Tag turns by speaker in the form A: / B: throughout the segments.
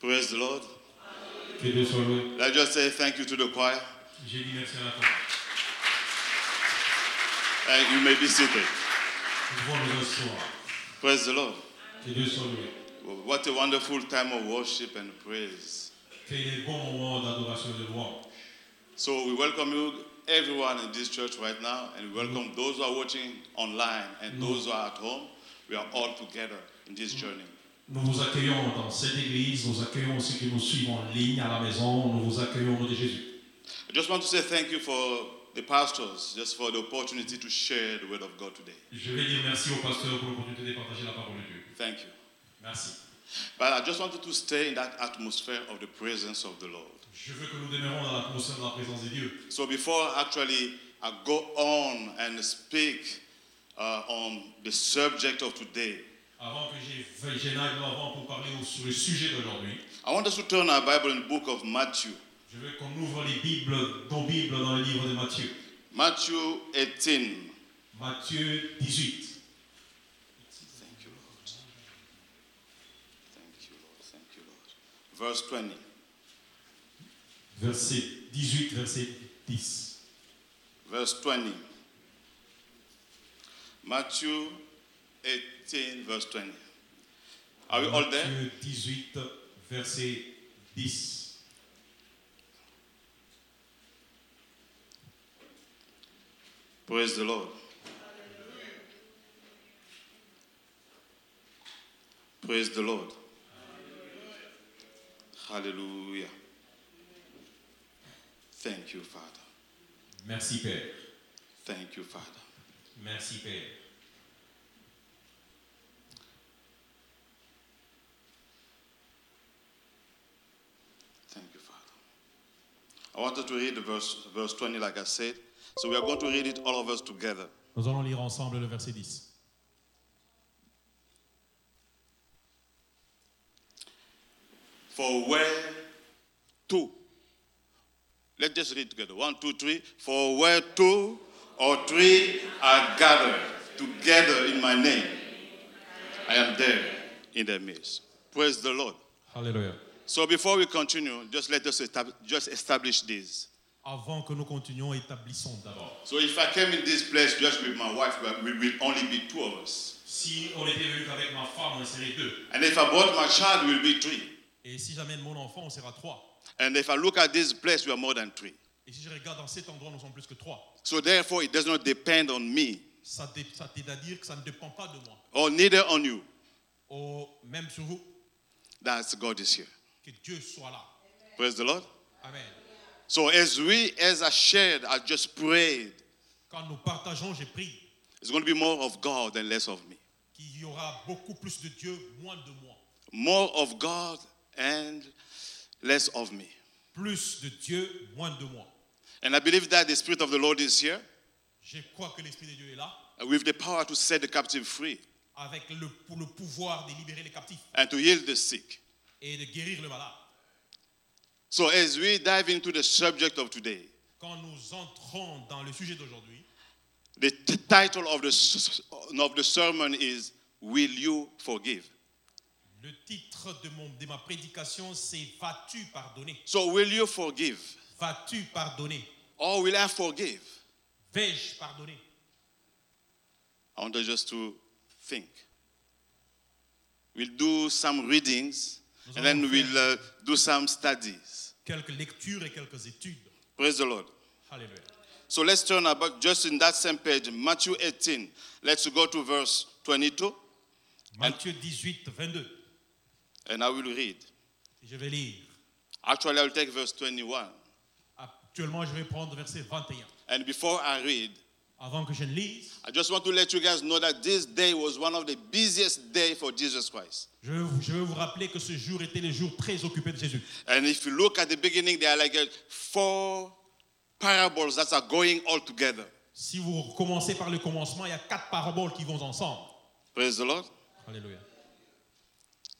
A: Praise the Lord.
B: Que Dieu soit loué.
A: I just say thank you to the choir,
B: J'ai dit merci à la femme.
A: and Uh, you may be seated.
B: Nous pouvons nous asseoir.
A: Praise the Lord.
B: Que Dieu soit loué.
A: What a wonderful time of worship and praise.
B: Qu'il y ait des bons moments d'adoration et de louange.
A: So we welcome you, everyone in this church right now, and we welcome those who are watching online and those who are at home. We are all together in this journey.
B: Nous vous accueillons dans cette église, nous accueillons ceux qui nous suivent en ligne à la maison, nous vous accueillons au nom de Jésus.
A: I just want to say thank you for the pastors, just for the opportunity to share the word of God today.
B: Je vais dire merci au pasteur pour l'opportunité de partager la parole de Dieu.
A: Thank you.
B: Merci.
A: But I just wanted to stay in that atmosphere of the presence of the Lord.
B: Je veux que nous demeurons dans l'atmosphère de la présence de Dieu.
A: So before actually I go on and speak uh, on the subject of today,
B: Avant que j'aille j'aille de l'avant pour parler au- sur le sujet d'aujourd'hui,
A: I want us to turn our Bible in the book of Matthew,
B: je veux qu'on ouvre les Bibles, nos Bibles dans le livre de Matthieu.
A: Matthew 18.
B: Matthieu 18.
A: Thank you, Lord. Thank you, Lord. Thank you, Lord. Verse 20.
B: Verset 18, verset 10.
A: Verse 20. Matthew 18, verse 20. Are we all there?
B: Matthieu 18, verset 10.
A: Praise the Lord. Praise the Lord. Hallelujah. Thank you, Father.
B: Merci Père.
A: Thank you, Father.
B: Merci Père.
A: Thank you, Father. I wanted to read the verse, verse 20, like I said. So we are going to read it all of us together.
B: Nous allons lire ensemble le verset 10.
A: For where two. Let's just read together. One, two, three. For where two or three are gathered together in my name, I am there in their midst. Praise the Lord.
B: Alléluia.
A: So before we continue, just let us estab- just establish this.
B: Avant que nous continuions, établissons d'abord.
A: So if I came in this place just with my wife, we will only be two of us.
B: Si on était venu qu'avec ma femme, on serait deux.
A: And if I brought my child, we will be three.
B: Et si j'amène mon enfant, on sera trois.
A: And if I look at this place, we are more than three.
B: Et si je regarde dans cet endroit, nous sommes plus que trois.
A: So therefore, it does not depend on me
B: Ça, dé- ça- c'est-à-dire que ça ne dépend pas de moi.
A: or neither on you.
B: Oh, même sur vous,
A: That's God is here.
B: que Dieu soit là.
A: Praise the Lord.
B: Amen.
A: So as we, as I shared, I just prayed,
B: Quand nous partageons, j'ai pris
A: it's going to be more of God and less of me.
B: qu'il y aura beaucoup plus de Dieu, moins de moi.
A: More of God and less of me.
B: Plus de Dieu, moins de moi.
A: And I believe that the Spirit of the Lord is here
B: Je crois que l'Esprit de Dieu est là,
A: with the power to set the captive free
B: avec le, pour le pouvoir de libérer les captifs
A: and to heal the sick.
B: et de guérir le malade.
A: So as we dive into the subject of today,
B: Quand nous entrons dans le sujet d'aujourd'hui,
A: the t- title of the, s- of the sermon is Will You Forgive?
B: le titre de, mon, de ma prédication, c'est Vas-tu pardonner
A: So will you forgive?
B: Vas-tu pardonner
A: Or will I forgive?
B: Vais-je pardonner
A: I want us just to think. We'll do some readings
B: Nous
A: and then
B: allons
A: we'll uh, do some studies.
B: Quelques lectures et quelques études.
A: Praise the Lord.
B: Alléluia.
A: So let's turn about just in that same page, Matthew 18. Let's go to verse 22
B: Matthieu 18, 22.
A: and I will read.
B: Je vais lire.
A: Actually, I'll take verse 21.
B: Actuellement, je vais prendre verset 21.
A: And before I read,
B: Avant que je ne lise,
A: I just want to let you guys know that this day was one of the busiest day for Jesus Christ.
B: Je veux, vous- je veux vous rappeler que ce jour était le jour très occupé de Jésus.
A: And if you look at the beginning, there are like uh, four parables that are going all together.
B: Si vous commencez par le commencement, il y a quatre paraboles qui vont ensemble.
A: Praise the Lord.
B: Alléluia.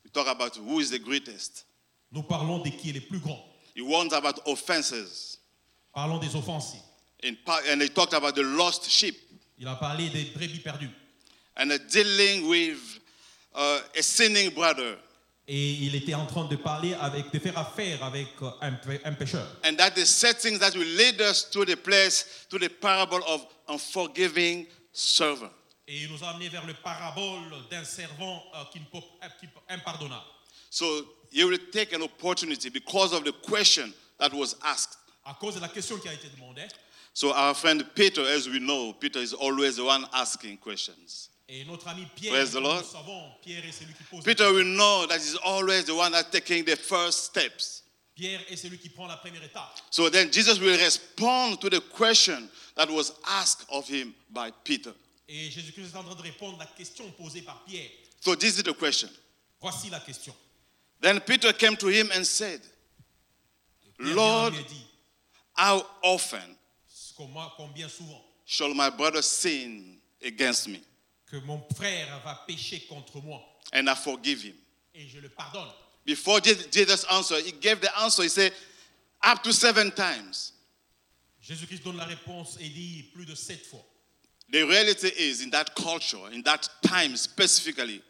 A: We talk about who is the greatest.
B: Nous parlons de qui est le plus grand.
A: He warns about offenses.
B: Parlons des offenses.
A: In part, and he talked about the lost sheep
B: Il a parlé des brebis perdues
A: and the dealing with uh, a sinning brother.
B: Et il était en train de parler avec, de faire affaire avec euh, un, pê- un pécheur.
A: And that is settings that will lead us to the place, to the parable of unforgiving servant.
B: Et il nous a amenés vers le parabole d'un servant euh, qui ne peut, euh, qui peut- impardonnable.
A: So you will take an opportunity because of the question that was asked.
B: À cause de la question qui a été demandée,
A: So our friend Peter, as we know, Peter is always the one asking questions.
B: et notre ami Pierre,
A: Praise the
B: comme
A: Lord.
B: nous savons, Pierre est celui qui pose. la
A: Peter
B: question.
A: will know that he's always the one that's taking the first steps.
B: Pierre est celui qui prend la première étape.
A: So then Jesus will respond to the question that was asked of him by Peter.
B: Et Jésus-Christ est en train de répondre à la question posée par Pierre.
A: So this is the question.
B: Voici la question.
A: Then Peter came to him and said,
B: Pierre
A: Lord,
B: vient lui dit,
A: How often
B: Comment- combien souvent
A: shall my brother sin against me
B: que mon frère va pécher contre moi
A: and I forgive him?
B: et je le pardonne.
A: Before Je- Jesus answered, he gave the answer. He said, Up to seven times.
B: Jésus-Christ donne la réponse et dit plus de sept fois.
A: The reality is, in that culture, in that time specifically,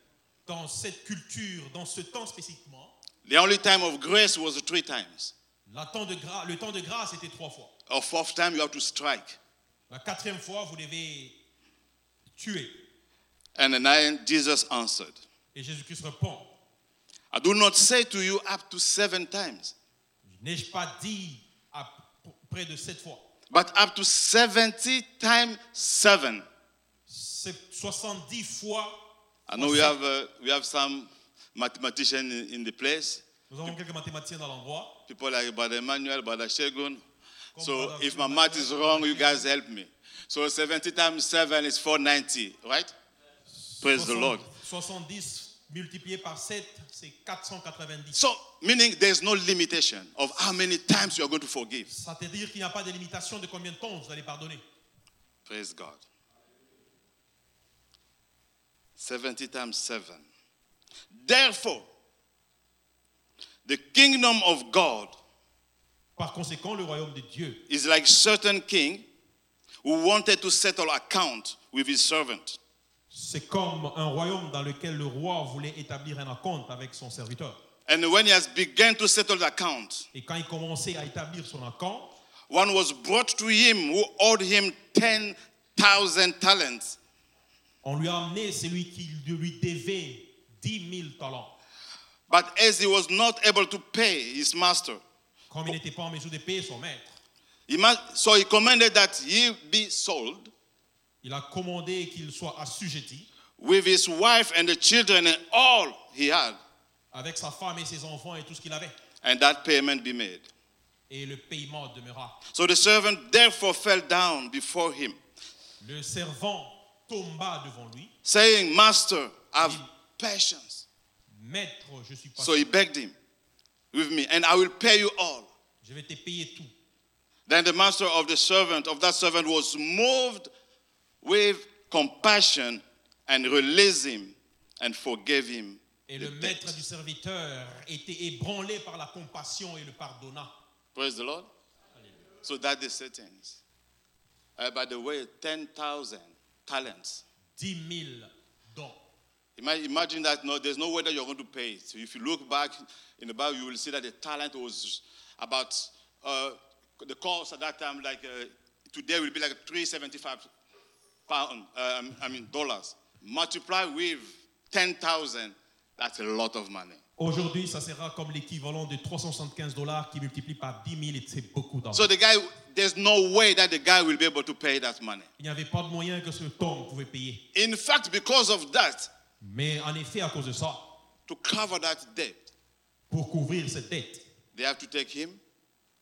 B: Dans cette culture, dans ce temps spécifiquement,
A: the only time of grace was three times.
B: la temps de gra- le temps de grâce était trois fois.
A: Or fourth time, you have to strike.
B: La quatrième fois, vous devez tuer.
A: And then Jesus answered,
B: Et Jésus-Christ répond,
A: I do not say to you up to seven times,
B: n'ai-je pas dit à p- près de sept fois
A: but up to 70 times seven.
B: C'est 70 fois.
A: I know we have, uh, we have some mathematician in, in the place.
B: Nous avons quelques mathématiciens dans l'endroit.
A: People like Brother Emmanuel, Brother Shegun. So if my math is wrong, you guys help me. So 70 times 7 is 490, right? Praise the
B: 60
A: Lord.
B: 70 multiplié par 7, c'est 490.
A: So meaning there's no limitation of how many times you are going to forgive.
B: Ça veut dire qu'il n'y a pas de limitation de combien de temps vous allez pardonner.
A: Praise God. 70 times 7. Therefore, the kingdom of God
B: Par conséquent, le royaume de Dieu
A: is like certain king who wanted to settle account with his servant.
B: C'est comme un royaume dans lequel le roi voulait établir un compte avec son serviteur.
A: And when he has begun to settle the account,
B: Et quand il commençait à établir son compte,
A: one was brought to him who owed him 10,000 talents.
B: on lui a amené celui qui lui devait 10 000 talents.
A: But as he was not able to pay his master,
B: Comme il n'était pas en mesure de payer son maître,
A: he must, so he commanded that he be sold
B: il a commandé qu'il soit assujetti
A: with his wife and the children and all he had,
B: avec sa femme et ses enfants et tout ce qu'il avait.
A: and that payment be made.
B: Et le paiement demeura.
A: So the servant therefore fell down before him,
B: Le servant tomba devant lui.
A: saying, Master, have patience.
B: Maître, je suis pas
A: So he begged him with me, and I will pay you all.
B: Je vais te payer tout.
A: Then the master of the servant, of that servant, was moved with compassion and released him and forgave him.
B: Et
A: the
B: le maître
A: debt.
B: du serviteur était ébranlé par la compassion et le pardonna.
A: Praise the Lord. So that is settings. Uh, by the way, 10,000 talents.
B: 10 000 dons.
A: Ima- Imagine that no, there's no way that you're going to pay it. So if you look back in the Bible, you will see that the talent was about uh, the cost at that time, like uh, today will be like 375 pound, um, I mean dollars. Multiply with 10,000, that's a lot of money.
B: Aujourd'hui, ça sera comme l'équivalent de 375 dollars qui multiplie par 10 000 et c'est beaucoup d'argent.
A: So the guy, there's no way that the guy will be able to pay that money.
B: Il n'y avait pas de moyen que ce homme pouvait payer.
A: In fact, because of that,
B: Mais en effet, à cause de ça,
A: to cover that debt,
B: pour couvrir cette dette,
A: they have to take him,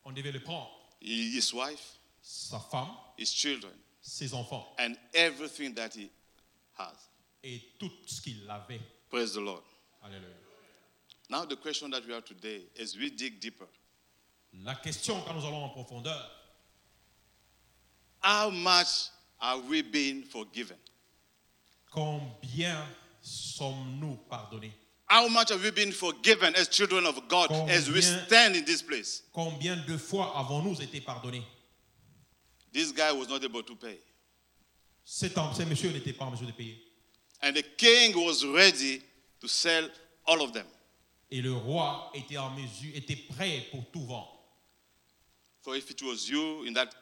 B: on devait le prendre.
A: his wife,
B: Sa femme,
A: his children,
B: ses enfants
A: and everything that he has.
B: et tout ce qu'il avait.
A: Praise the Lord.
B: Alléluia.
A: Now, the question that we have today, as we dig deeper,
B: La question quand nous allons en profondeur,
A: how much are we being forgiven?
B: combien sommes-nous pardonnés
A: How much have we been forgiven as children of God as we
B: Combien-
A: stand in this place?
B: Combien de fois avons-nous été pardonnés
A: This guy was not able to pay.
B: Cet homme, ce monsieur n'était pas en mesure de payer.
A: And the king was ready to sell all of them.
B: Et le roi était en mesure, était prêt pour tout vent.
A: For if it was you in that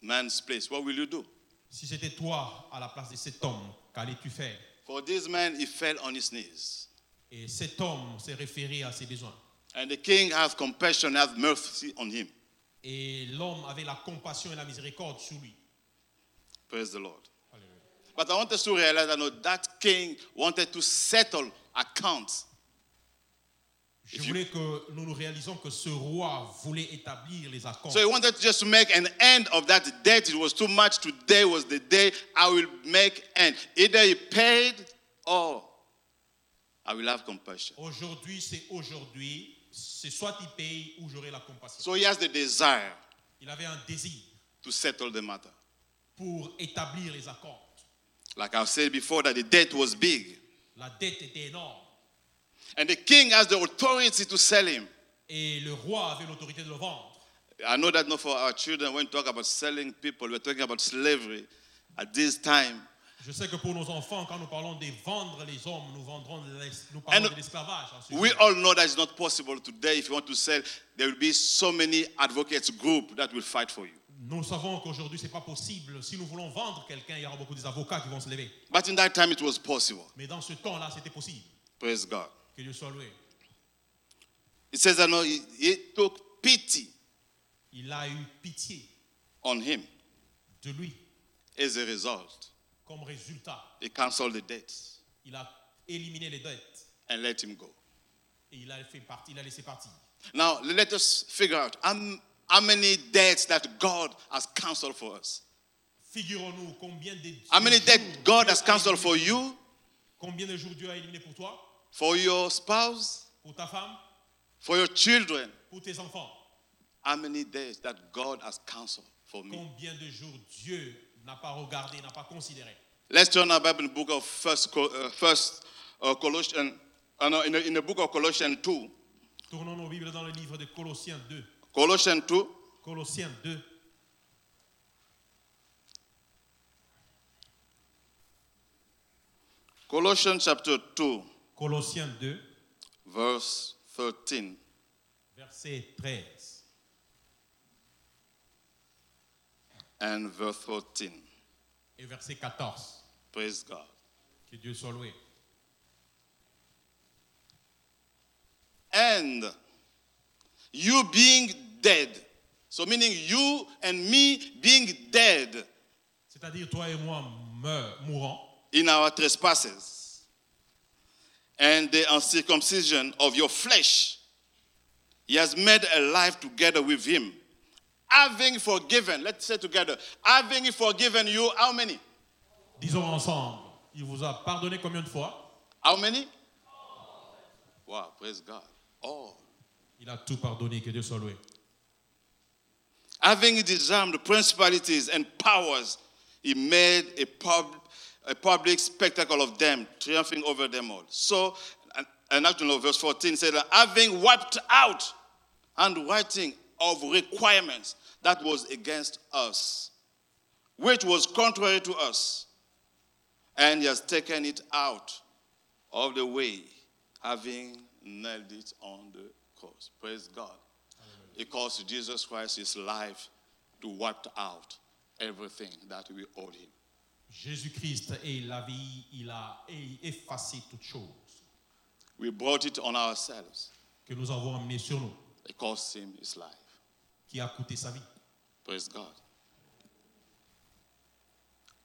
A: man's place, what will you do?
B: Si c'était toi à la place de cet homme, qu'allais-tu faire
A: For this man, he fell on his knees.
B: Et cet homme s'est référé à ses besoins.
A: And the king has compassion, has mercy on him.
B: Et l'homme avait la compassion et la miséricorde sur lui.
A: Praise the Lord. But I want us to realize that no, that king wanted to settle accounts.
B: Je
A: If you-
B: voulais que nous nous réalisions que ce roi voulait établir les accords.
A: So he wanted to just to make an end of that debt. It was too much. Today was the day I will make end. Either he paid or I will have compassion.
B: Aujourd'hui, c'est aujourd'hui. C'est soit il paye ou j'aurai la compassion.
A: So he has the desire
B: Il avait un désir
A: to settle the matter.
B: pour établir les accords.
A: Like I've said before, that the debt was big.
B: La dette était énorme.
A: And the king has the authority to sell him.
B: Et le roi avait l'autorité de le vendre.
A: I know that not for our children when we talk about selling people, we're talking about slavery at this time.
B: Je sais que pour nos enfants, quand nous parlons de vendre les hommes, nous, vendrons les- nous parlons
A: And
B: de l'esclavage. en ce
A: We
B: sens.
A: all know that it's not possible today. If you want to sell, there will be so many advocates group that will fight for you.
B: Nous savons qu'aujourd'hui, ce n'est pas possible. Si nous voulons vendre quelqu'un, il y aura beaucoup d'avocats qui vont se lever.
A: But in that time, it was possible.
B: Mais dans ce temps-là, c'était possible.
A: Praise God.
B: Que Dieu soit loué.
A: It says that no, he, he took pity
B: Il a eu pitié
A: on him.
B: de lui.
A: As a result,
B: Comme résultat,
A: he canceled the debt
B: il a éliminé les dettes
A: and let him go.
B: et il a, fait partie, il a laissé partir.
A: Now, let us figure out how, m- how many debts that God has canceled for us.
B: Figurons-nous combien de,
A: How many
B: de jours
A: debts God
B: Dieu
A: has
B: a
A: canceled for
B: éliminé.
A: you,
B: Combien de jours Dieu a éliminé pour toi,
A: for your spouse,
B: pour ta femme,
A: for your children.
B: pour tes enfants
A: How many debts that God has canceled for me?
B: Combien de jours Dieu n'a pas regardé, n'a pas considéré
A: Let's turn our Bible in the book of First, Co- uh, First uh, Colossians, uh, no, in, the, in the book of Colossians 2.
B: Tournons nos Bibles dans le livre de Colossiens 2.
A: Colossians 2,
B: Colossiens 2,
A: Colossians chapter 2,
B: Colossiens 2,
A: verse 13.
B: verset 13
A: and verse 14.
B: et verset 14.
A: Praise God.
B: Que Dieu soit loué.
A: And you being dead. So, meaning you and me being dead
B: C'est-à-dire toi et moi meurs, mourant
A: in our trespasses and the uncircumcision of your flesh. He has made alive together with him. Having forgiven, let's say together, having forgiven you how many?
B: Disons ensemble, il vous a pardonné combien de fois
A: How many? Wow, praise God. All.
B: Il a tout pardonné, que Dieu soit loué.
A: Having disarmed the principalities and powers, he made a, pub, a public spectacle of them, triumphing over them all. So, and- and actually, no, verse 14 said, that, having wiped out and writing of requirements that was against us, which was contrary to us, and he has taken it out of the way, having nailed it on the cross. Praise God. Because Jesus Christ is life to wipe out everything that we owed him.
B: Jésus-Christ est la vie, il a effacé toutes choses
A: We brought it on ourselves.
B: que nous avons emmenées sur nous,
A: It cost him his life.
B: qui a coûté sa vie.
A: Praise God.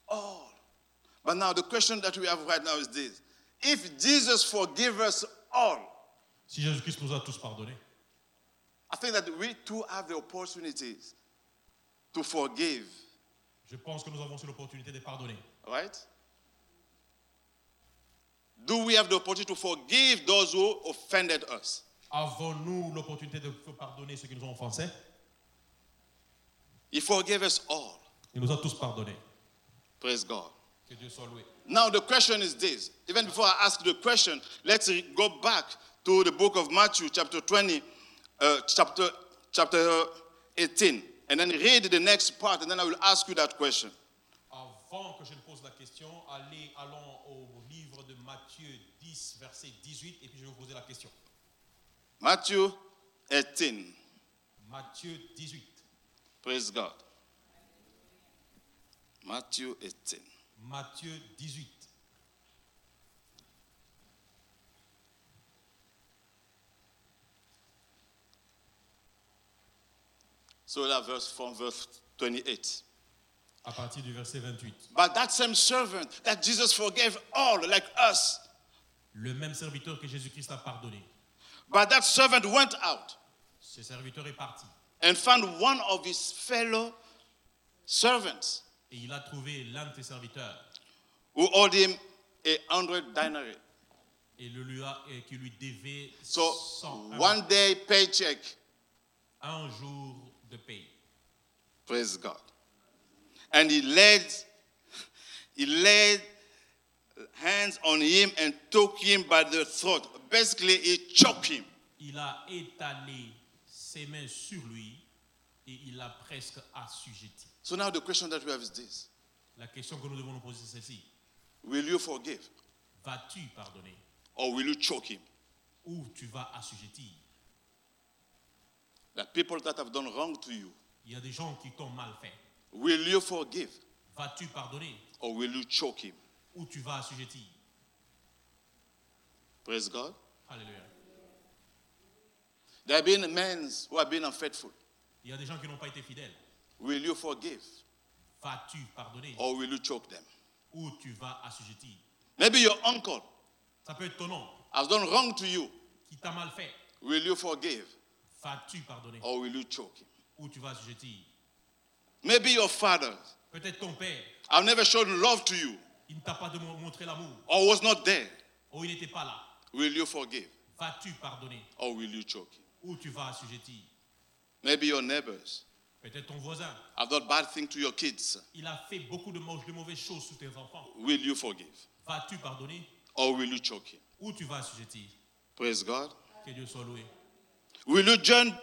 A: All. But now the question that we have right now is this. If Jesus forgives us all,
B: Si Jésus-Christ nous a tous pardonnés,
A: I think that we too have the opportunities to forgive,
B: je pense que nous avons aussi l'opportunité de pardonner.
A: right? Do we have the opportunity to forgive those who offended us?
B: Avons-nous l'opportunité de pardonner ceux qui nous ont offensés
A: He forgave us all.
B: Il nous a tous pardonnés.
A: Praise God.
B: Que Dieu soit loué.
A: Now, the question is this. Even before I ask the question, let's re- go back to the book of Matthew, chapter 20, uh, chapter, chapter 18, and then read the next part, and then I will ask you that question.
B: Avant que je ne pose la question, allez, allons au livre de Matthieu 10, verset 18, et puis je vais vous poser la question.
A: Matthew 18.
B: Matthieu 18.
A: Praise God. Matthew 18.
B: Matthieu 18.
A: So that verse from verse 28.
B: À partir du verset 28.
A: But that same servant that Jesus forgave all like us,
B: Le même serviteur que Jésus-Christ a pardonné.
A: but that servant went out
B: Ce serviteur est parti.
A: and found one of his fellow servants
B: Et il a trouvé l'un de ses serviteurs
A: who owed him a hundred denarii.
B: et, le lui a, et qui lui devait
A: So
B: 100
A: one day paycheck.
B: un jour de paye.
A: Praise God. And he laid, he laid hands on him and took him by the throat. Basically, he choked him.
B: Il a étalé ses mains sur lui et il l'a presque assujetti.
A: So now the question that we have is this:
B: La question que nous devons nous poser, c'est celle-ci.
A: Will you forgive,
B: Vas-tu pardonner
A: or will you choke him?
B: ou tu vas assujettir
A: The people that have done wrong to you,
B: Il y a des gens qui t'ont mal fait.
A: will you forgive,
B: Vas-tu pardonner
A: or will you choke him?
B: ou tu vas assujettir
A: Praise God.
B: Alléluia.
A: There have been men who have been unfaithful.
B: Il y a des gens qui n'ont pas été fidèles.
A: Will you forgive,
B: Vas-tu pardonner
A: or will you choke them?
B: ou tu vas assujettir
A: Maybe your uncle
B: Ça peut être ton nom
A: has done wrong to you.
B: qui t'a mal fait.
A: Will you forgive,
B: Vas-tu pardonner
A: or will you choke him?
B: ou tu vas assujettir
A: Maybe your father
B: Peut-être ton père,
A: I've never showed love to you
B: il ne t'a pas demo- montré l'amour
A: or was not there.
B: ou il n'était pas là.
A: Will you forgive
B: Vas-tu pardonner
A: or will you choke him?
B: ou tu vas assujettir
A: Maybe your neighbors
B: Peut-être ton voisin,
A: have done bad thing to your kids.
B: il a fait beaucoup de, mau- de mauvaises choses sur tes enfants.
A: Will you forgive
B: Vas-tu pardonner
A: or will you choke him?
B: ou tu vas assujettir
A: Praise God.
B: Que Dieu soit loué.
A: Will you join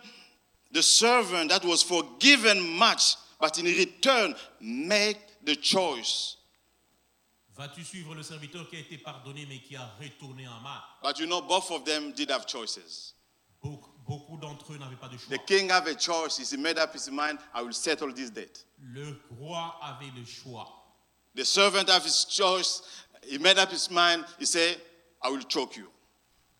A: the servant that was forgiven much, but in return made the choice?
B: Vas-tu suivre le serviteur qui a été pardonné mais qui a retourné en mal
A: But you know, both of them did have choices.
B: Beaucoup, beaucoup d'entre eux n'avaient pas de choix.
A: The king have a choice. He made up his mind, I will settle this debt.
B: Le roi avait le choix.
A: The servant have his choice. He made up his mind. He said, I will choke you.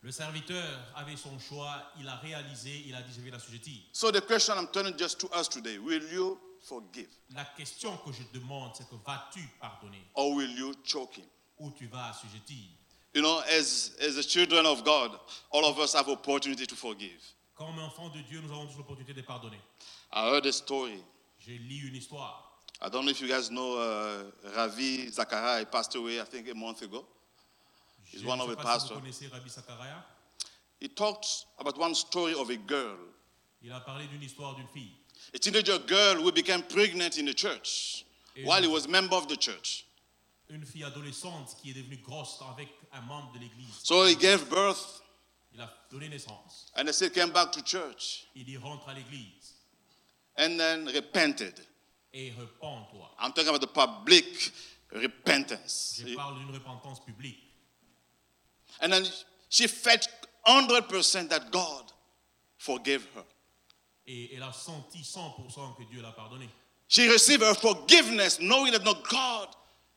B: Le serviteur avait son choix, il a réalisé, il a dit je vais l'assujettir.
A: So the question I'm turning just to us today, will you forgive
B: La question que je demande, c'est que vas-tu pardonner
A: or will you choke him?
B: ou tu vas assujettir
A: You know, as, as the children of God, all of us have opportunity to forgive.
B: Comme enfants de Dieu, nous avons tous l'opportunité de pardonner.
A: I heard a story.
B: Je lis une histoire.
A: I don't know if you guys know uh, Ravi Zakaria. He passed away, I think, a month ago.
B: Je
A: He's
B: ne
A: one of the
B: sais pas si vous
A: pastors.
B: connaissez Rabbi Sakaria.
A: He talked about one story of a girl,
B: Il a parlé d'une histoire d'une fille.
A: a teenager girl who became pregnant in the church while he was member of the church.
B: Une fille adolescente qui est devenue grosse avec un membre de l'église.
A: So he gave birth
B: Il a donné naissance.
A: and they still came back to church
B: Il y rentre à l'église
A: and then repented.
B: et repends-toi.
A: I'm talking about the public repentance.
B: Je parle d'une repentance publique.
A: And then she felt 100% that God forgave her.
B: Et elle a senti 100% que Dieu l'a pardonné.
A: She received her forgiveness, knowing that no, God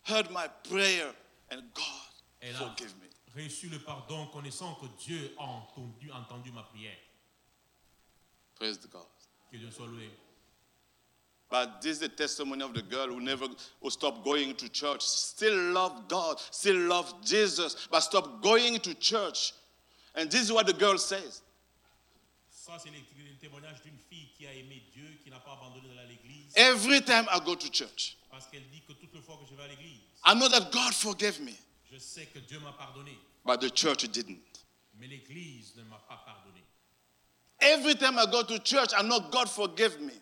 A: heard my prayer and God
B: Elle a
A: forgive me.
B: reçu le pardon connaissant que Dieu a entendu, entendu ma prière.
A: Praise the God.
B: Que Dieu soit loué.
A: But this is the testimony of the girl who never who stopped going to church, still loved God, still loved Jesus, but stopped going to church. And this is what the girl says.
B: Ça, c'est le le témoignage d'une fille qui a aimé Dieu, qui n'a pas abandonné d'aller à l'église.
A: Every time I go to church,
B: Parce qu'elle dit que toutes les fois que je vais à l'église,
A: I know that God forgave me,
B: je sais que Dieu m'a pardonné.
A: but the church didn't.
B: Mais l'église ne m'a pas pardonné.
A: Every time I go to church, I know God forgave me,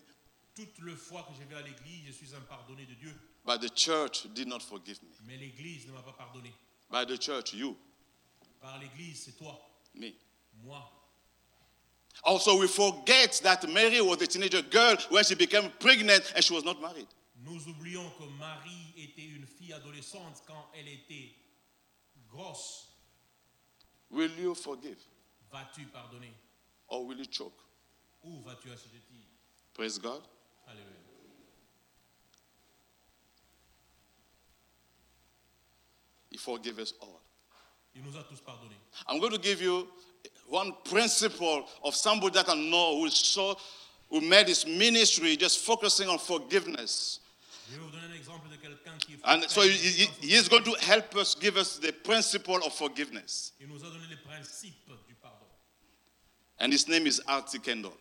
B: Toutes les fois que je vais à l'église, je suis un pardonné de Dieu.
A: but the church did not forgive me.
B: Mais l'église ne m'a pas pardonné.
A: By the church, you,
B: Par l'église, c'est toi,
A: me.
B: moi.
A: Also, we forget that Mary was a teenager girl when she became pregnant and she was not married.
B: Nous oublions que Marie était une fille adolescente quand elle était grosse.
A: Will you forgive
B: Vas-tu pardonner
A: or will you choke?
B: Où vas-tu assujettir
A: Praise God.
B: Alléluia.
A: He forgave us all.
B: Il nous a tous pardonnés.
A: I'm going to give you one principle of somebody that I know who saw, who made his ministry just focusing on forgiveness.
B: Je vais vous donner un exemple de quelqu'un qui est
A: And so he, he, he is going to help us give us the principle of forgiveness.
B: Il nous a donné les principes du pardon.
A: And his name is Artie Kendall.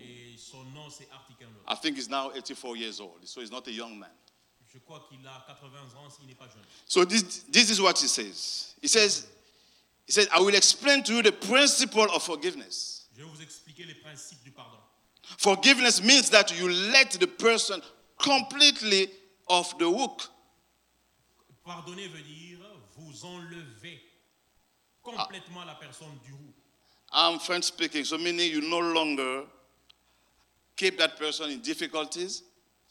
B: Et son nom, c'est Article
A: I think he's now 84 years old, so he's not a young man.
B: Je crois qu'il a 80 ans, il n'est pas jeune.
A: So this, this is what he says. He says, he says, I will explain to you the principle of forgiveness.
B: Je vais vous expliquer les principes du pardon.
A: Forgiveness means that you let the person completely off the hook.
B: Pardonner veut dire vous enlever complètement la personne du roux.
A: I'm French speaking, so meaning you no longer keep that person in difficulties.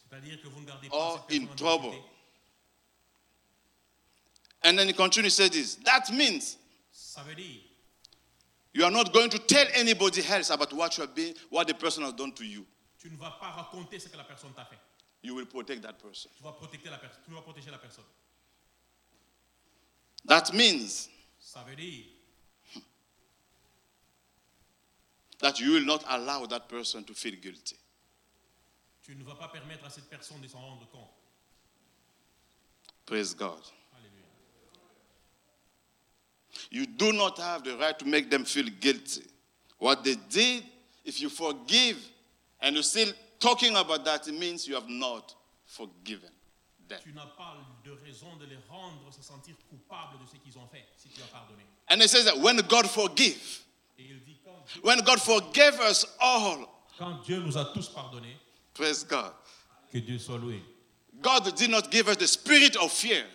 B: C'est-à-dire que vous ne gardez
A: Or
B: pas cette
A: in
B: personne en
A: trouble.
B: difficulté.
A: And then he continues, says this. That means
B: Ça veut dire
A: you are not going to tell anybody else about what you have been, what the person has done to you.
B: tu ne vas pas raconter ce que la personne t'a fait.
A: You will protect that person.
B: Tu vas protéger la personne. Tu vas protéger la personne.
A: That means
B: Ça veut dire
A: that you will not allow that person to feel guilty.
B: tu ne vas pas permettre à cette personne de s'en rendre compte.
A: Praise God.
B: Alléluia.
A: You do not have the right to make them feel guilty. What they did, if you forgive and you're still talking about that, it means you have not forgiven them.
B: Tu n'as pas de raison de les rendre se sentir coupables de ce qu'ils ont fait si tu as pardonné.
A: And it says that when God forgive,
B: Et il dit quand Dieu,
A: when God forgave us all,
B: quand Dieu nous a tous pardonnés,
A: praise God,
B: que Dieu soit loué.
A: God did not give us the spirit of fear,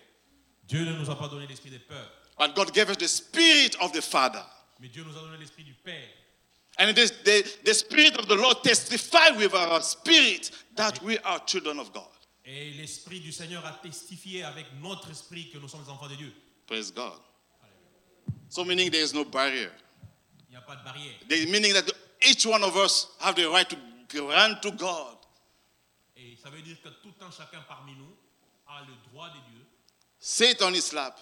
B: Dieu ne nous a pas donné l'esprit de peur,
A: but God gave us the spirit of the Father.
B: mais Dieu nous a donné l'esprit du Père.
A: And it is the, the spirit of the Lord testify with our spirit that we are children of God.
B: Et l'esprit du Seigneur a testifié avec notre esprit que nous sommes les enfants de Dieu.
A: Praise God. So meaning there is no barrier.
B: Il n'y a pas de barrière.
A: The meaning that each one of us have the right to grant to God
B: Et ça veut dire que tout un chacun parmi nous a le droit de Dieu,
A: sit on his lap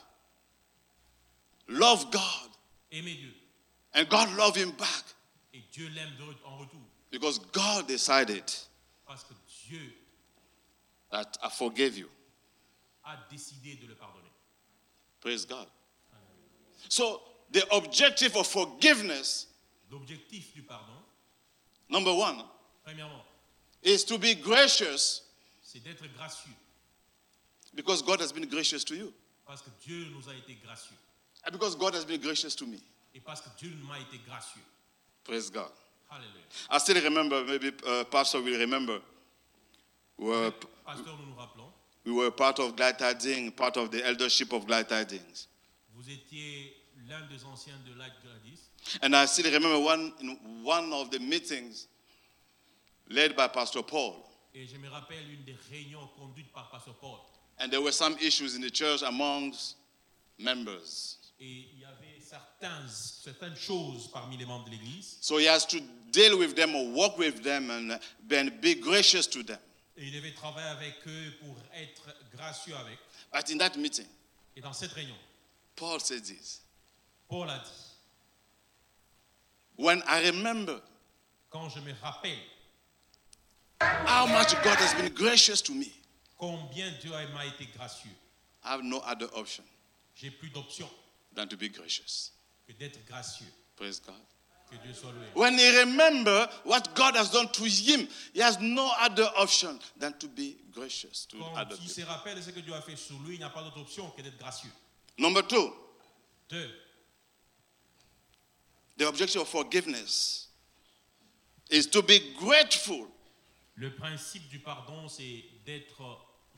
A: love God
B: aimer Dieu.
A: and God love him back
B: Et Dieu l'aime de- en retour.
A: because God decided
B: Parce que Dieu
A: that I forgave you
B: a décidé de le pardonner.
A: praise God so the objective of forgiveness
B: L'objectif du pardon,
A: number 1
B: premièrement,
A: is to be gracious
B: c'est d'être gracieux.
A: because God has been gracious to you
B: Parce que Dieu nous a été gracieux.
A: and because God has been gracious to me
B: Et parce que Dieu m'a été gracieux.
A: praise God
B: Alléluia.
A: I still remember maybe uh, pastor will remember we were,
B: Pasteur, nous nous rappelons,
A: we were part of Glad Tidings, part of the eldership of Glad Tidings.
B: vous étiez l'un des anciens de l'Ac Gladys.
A: And I still remember one in one of the meetings led by Pastor Paul.
B: Et je me rappelle une des réunions conduites par Pasteur Paul.
A: And there were some issues in the church amongst members.
B: Et il y avait certains, certaines choses parmi les membres de l'Église.
A: So he has to deal with them or work with them and then be gracious to them.
B: Et il devait travailler avec eux pour être gracieux avec.
A: But in that meeting,
B: Et dans cette réunion,
A: Paul said this
B: Paul a dit,
A: When I remember
B: quand je me rappelle
A: how much God has been gracious to me,
B: combien Dieu m'a été gracieux,
A: I have no other option
B: j'ai plus d'option
A: than to be gracious.
B: que d'être gracieux.
A: Praise God.
B: Que Dieu soit loué.
A: When he remember what God has done to him, he has no other option than to be gracious to
B: Quand
A: other
B: il
A: people.
B: se rappelle de ce que Dieu a fait sur lui, il n'y a pas d'autre option que d'être gracieux.
A: Number two,
B: Deux,
A: the objective of forgiveness is to be grateful
B: le principe du pardon, c'est d'être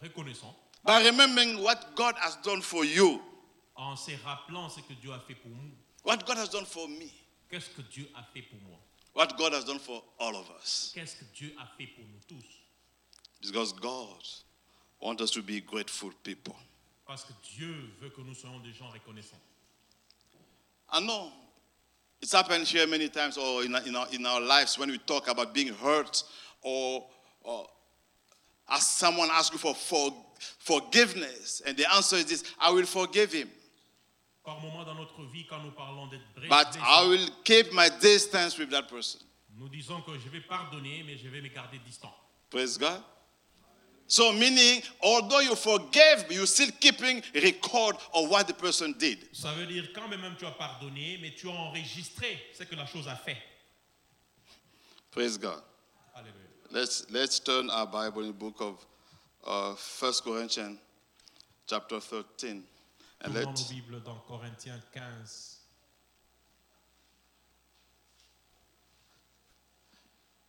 B: reconnaissant
A: by remembering what God has done for you,
B: en se rappelant ce que Dieu a fait pour nous.
A: what God has done for me,
B: Qu'est-ce que Dieu a fait pour moi
A: what God has done for all of us.
B: Qu'est-ce que Dieu a fait pour nous tous
A: Because God wants us to be grateful people.
B: Parce que Dieu veut que nous soyons des gens reconnaissants.
A: I know It's happened here many times or in, our- in, our, in our lives when we talk about being hurt or, or as someone asks you for, for forgiveness and the answer is this, I will forgive him,
B: Par moments dans notre vie, quand nous parlons d'être blessés,
A: but I will keep my distance with that person.
B: nous disons que je vais pardonner, mais je vais me garder distant.
A: Praise God. So meaning, although you forgave, you're still keeping record of what the person did.
B: Ça veut dire quand même tu as pardonné, mais tu as enregistré ce que la chose a fait.
A: Praise God.
B: Alléluia.
A: Let's, let's turn our Bible in the book of uh, 1 Corinthians, chapter 13. And
B: Tournons nos
A: let's,
B: Bibles dans Corinthiens 15.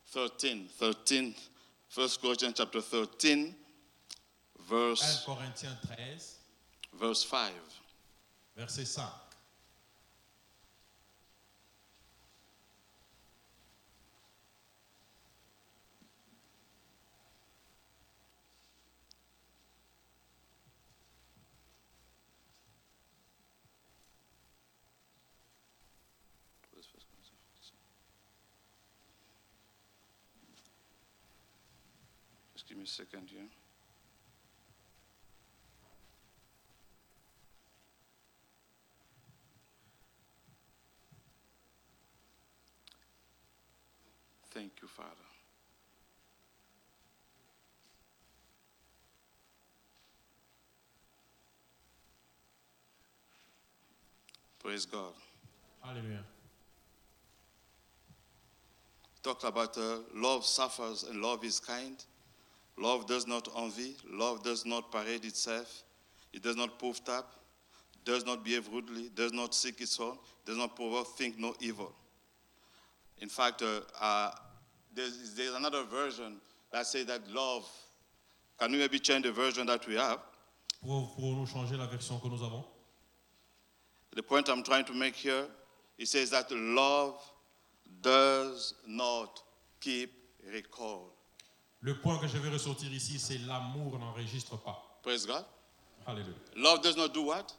A: 13, 13, 1 Corinthians chapter 13,
B: 1
A: verse,
B: Corinthiens 13,
A: verse 5.
B: verset 5.
A: Just give me a second here. Thank you, Father. Praise God.
B: Alléluia.
A: talked about uh, love suffers and love is kind. Love does not envy. Love does not parade itself. It does not puff up. Does not behave rudely. Does not seek its own. Does not provoke. Think no evil. In fact, uh, uh, there's, there's another version that says that love. Can we maybe change the version that we have?
B: Pour, pour nous changer la version que nous avons.
A: The point I'm trying to make here, it says that love does not keep record.
B: Le point que je vais ressortir ici, c'est l'amour n'enregistre pas.
A: Praise God.
B: Alléluia.
A: Love does not do what?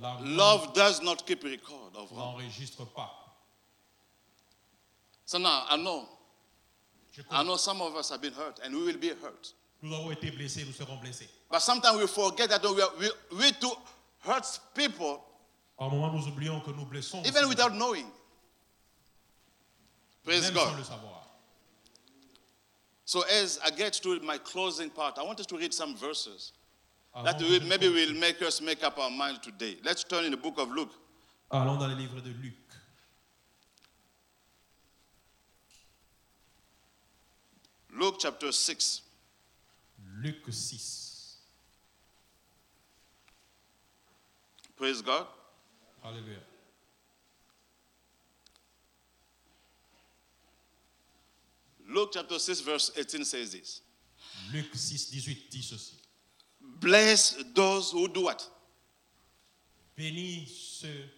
B: L'amour
A: Love does not keep record of wrong.
B: n'enregistre pas.
A: So now I know,
B: Je comprends.
A: I know some of us have been hurt and we will be hurt.
B: Nous avons été blessés, nous serons blessés.
A: But sometimes we forget that we, are, we, we too hurt people
B: Par moments, nous oublions que nous blessons.
A: even
B: aussi,
A: without knowing. Praise
B: même sans
A: God.
B: le savoir.
A: So as I get to my closing part, I wanted to read some verses
B: Allons,
A: that we, maybe will make us make up our mind today. Let's turn in the book of Luke.
B: allons dans le livre de Luc.
A: Luke chapter 6.
B: Luc 6.
A: Praise God.
B: Alléluia.
A: Luke chapter 6 verse 18 says this.
B: Luc 6, 18 dit ceci.
A: Bless those who do what?
B: Bénis ceux,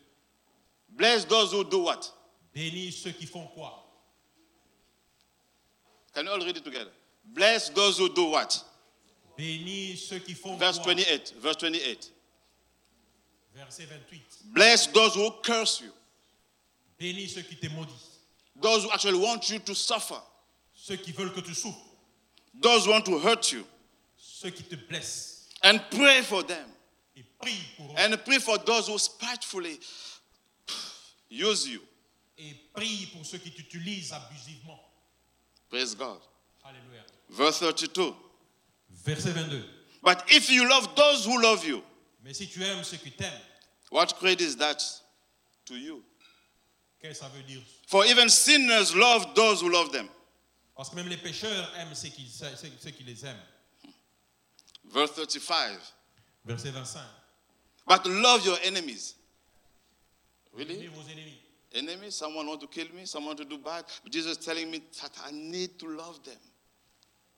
A: Bless those who do what?
B: bénis ceux qui font quoi
A: Can you all read it together? Bless those who do what?
B: Bénis ceux qui font
A: Verse
B: quoi
A: 28. Verse 28.
B: Verset 28.
A: Bless those who curse you.
B: Bénis ceux qui te maudissent.
A: Those who actually want you to suffer.
B: Ceux qui veulent que tu souffres.
A: Those who want to hurt you.
B: Ceux qui te blessent.
A: And pray for them.
B: Et prie pour eux.
A: And pray for those who spitefully use you.
B: Et prie pour ceux qui t'utilisent abusivement.
A: Praise God.
B: Alléluia.
A: Verse 32.
B: Verset 22.
A: But if you love those who love you,
B: Mais si tu aimes ceux qui t'aiment,
A: what credit is that to you?
B: qu'est-ce que ça veut dire
A: For even sinners love those who love them.
B: Parce que même les pécheurs aiment ceux qui, ceux- ceux qui les aiment.
A: Verse 35.
B: Verset 25.
A: But love your enemies. Really?
B: Aimez vos ennemis.
A: enemy, someone want to kill me, someone to do bad. Jesus telling me that I need to love them.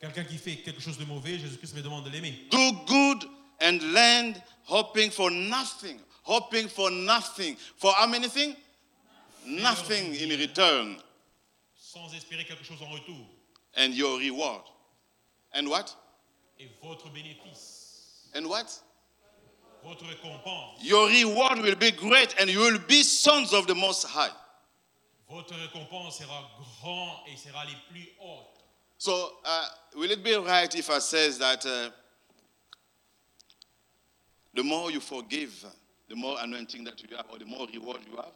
B: Quelqu'un qui fait quelque chose de mauvais, Jésus-Christ me demande de l'aimer.
A: Do good and lend, hoping for nothing, hoping for nothing. For how many things? Nothing in return,
B: Sans espérer quelque chose en retour.
A: and your reward. And what?
B: Et votre bénéfice.
A: And what?
B: Votre récompense,
A: Your reward will be great and you will be sons of the Most High.
B: votre récompense sera grande et sera les plus hautes.
A: So, uh, will it be right if I says that uh, the more you forgive, the more anointing that you have, or the more reward you have?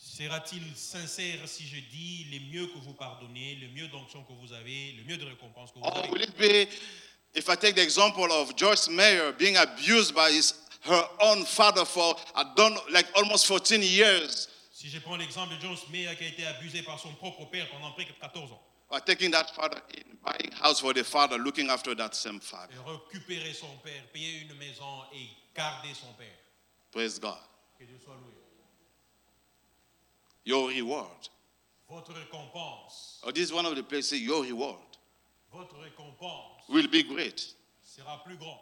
B: Sera-t-il sincère si je dis le mieux que vous pardonnez, le mieux d'onction que vous avez, le mieux de récompense que vous
A: Or will
B: avez
A: it be, if I take the example of Joyce Mayer being abused by his, her own father for I don't know, like almost 14 years,
B: Si je prends l'exemple de John Mayer qui a été abusé par son propre père pendant près de 14 ans
A: by taking that father in, buying house for the father, looking after that same father.
B: et récupérer son père, payer une maison et garder son père.
A: Praise God.
B: Que Dieu soit loué.
A: Your reward.
B: Votre récompense,
A: Or this is one of the places your reward
B: votre récompense
A: will be great.
B: sera plus grande.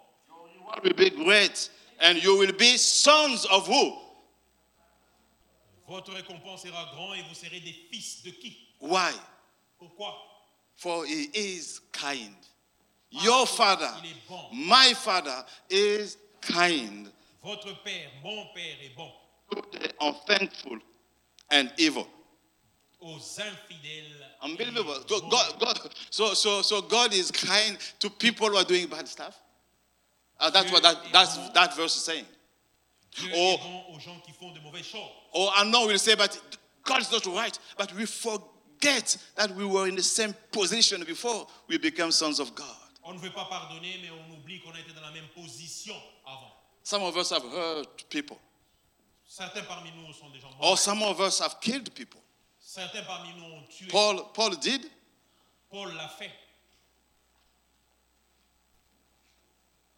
A: reward will be great, and you will be sons of who?
B: Votre récompense sera grande et vous serez des fils de qui
A: Why?
B: Pourquoi
A: For he is kind. Your father, my father, is kind
B: Votre père, mon père est bon.
A: to the unthankful and evil.
B: Aux infidèles. et
A: Unbelievable.
B: aux
A: So
B: mauvais.
A: God, God, so, so, so God is kind to people who are doing bad stuff. Uh, that's what that, that's, that verse is saying.
B: Dieu
A: Oh.
B: est bon aux gens qui font de mauvaises choses.
A: Or I know we'll say, but God is not right. But we forget that we were in the same position before we became sons of God.
B: On ne veut pas pardonner, mais on oublie qu'on a été dans la même position avant.
A: Some of us have hurt people,
B: Certains parmi nous sont des gens mauvais.
A: or some of us have killed people.
B: Certains parmi nous ont tué. Paul,
A: Paul, Paul did.
B: l'a fait.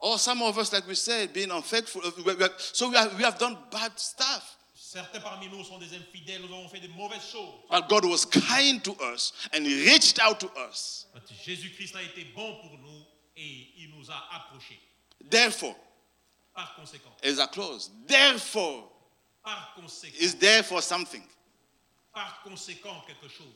A: Or some of us, like we said, being unfaithful. we- we- So we have, we have done bad stuff.
B: Certains parmi nous sont des infidèles, nous avons fait de mauvaises choses.
A: But God was kind to us and He reached out to us.
B: Jésus-Christ a été bon pour nous et il nous a approchés.
A: Therefore,
B: Par conséquent,
A: as I close, therefore
B: par conséquent,
A: is there for something.
B: par conséquent quelque chose.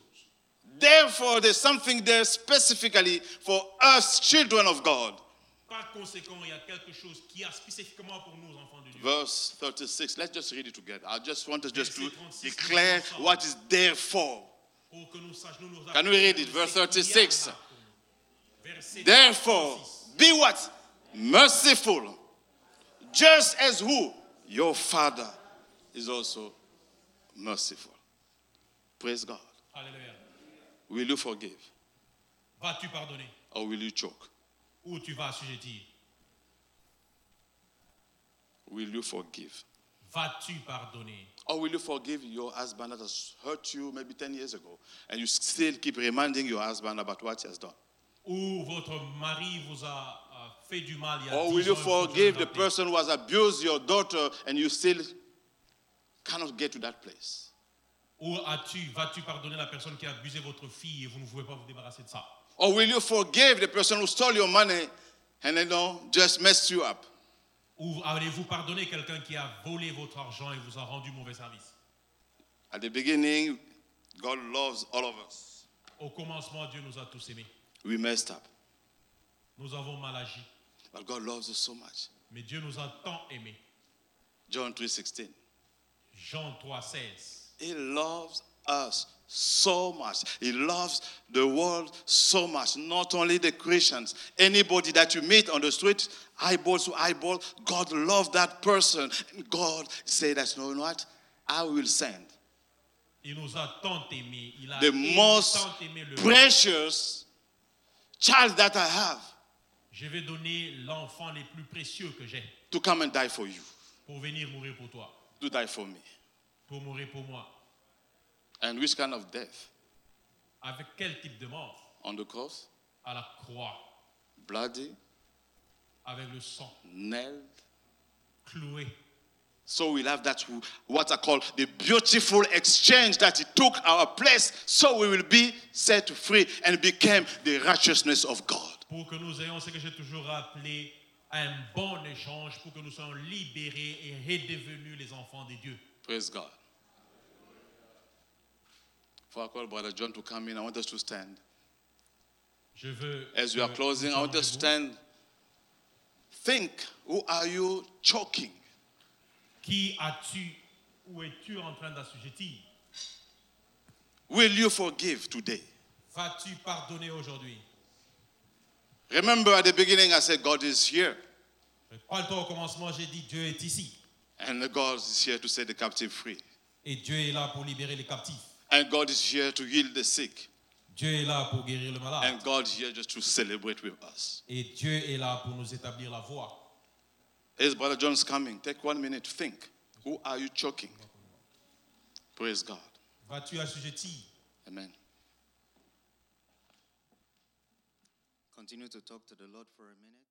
A: Therefore, there's something there specifically for us, children of God.
B: Par conséquent, il y a quelque chose qui a spécifiquement pour nous, enfants de Dieu.
A: Verse 36. Let's just read it together. I just want us just to
B: Verset 36.
A: declare what is there for.
B: Pour que nous sachions nous
A: Can we read it? Verse 36.
B: Verset
A: Therefore,
B: 36.
A: be what? Merciful. Just as who? Your Father is also merciful. Praise God.
B: Alléluia.
A: Will you forgive
B: Vas-tu pardonner
A: or will you choke?
B: ou tu vas assujettir
A: Will you forgive?
B: Vas-tu pardonner
A: Or will you forgive your husband that has hurt you maybe 10 years ago and you still keep reminding your husband about what he has done?
B: Ou votre mari vous a euh, fait du mal il y a
A: Or
B: 10
A: Oh, will you
B: ans, vous vous en
A: forgive the
B: rappelez.
A: person who has abused your daughter and you still cannot get to that place?
B: Ou as-tu, vas-tu pardonner la personne qui a abusé votre fille et vous ne pouvez pas vous débarrasser de ça
A: Or will you forgive the person who stole your money and then no, just messed you up?
B: Ou allez-vous pardonner quelqu'un qui a volé votre argent et vous a rendu mauvais service
A: At the beginning, God loves all of us.
B: Au commencement, Dieu nous a tous aimés.
A: We messed up,
B: Nous avons mal agi,
A: but God loves us so much.
B: mais Dieu nous a tant aimés.
A: John 3:16.
B: Jean 3, 16.
A: He loves us so much. He loves the world so much. Not only the Christians, anybody that you meet on the street, eyeball to eyeball, God loves that person. And God said that, you know what? I will send
B: Il nous a tant aimés. Il a
A: the
B: aimé-
A: most
B: tant aimé le monde.
A: precious child that I have
B: Je vais donner l'enfant le plus précieux que j'ai
A: to come and die for you,
B: pour venir mourir pour toi,
A: to die for me.
B: pour mourir pour moi.
A: And which kind of death?
B: Avec quel type de mort
A: On the cross,
B: À la croix,
A: bloody,
B: avec le sang,
A: nailed.
B: cloué.
A: So we'll have that, w- what I call the beautiful exchange that he took our place. So we will be set free and became the righteousness of God.
B: pour que nous ayons ce que j'ai toujours appelé un bon échange, pour que nous soyons libérés et redevenus les enfants de Dieu.
A: Praise God. For I call Brother John to come in, I want us to stand.
B: Je veux.
A: As we are
B: que
A: closing,
B: nous
A: I
B: soyons
A: want us to
B: debout.
A: stand. Think, who are you choking?
B: Qui as-tu ou es-tu en train d'assujettir
A: Will you forgive today?
B: Vas-tu pardonner aujourd'hui
A: Remember at the beginning, I said, God is here.
B: Parle-toi au commencement, j'ai dit Dieu est ici.
A: And God is here to set the captive free.
B: Et Dieu est là pour libérer les captifs.
A: And God is here to heal the sick.
B: Dieu est là pour guérir le malade.
A: And God is here just to celebrate with us.
B: Et Dieu est là pour nous établir la voie.
A: Here's Brother John's coming. Take one minute, think. Who are you choking? Praise God.
B: Vas-tu assujettir
A: Amen.
C: Continue to talk to the Lord for a minute.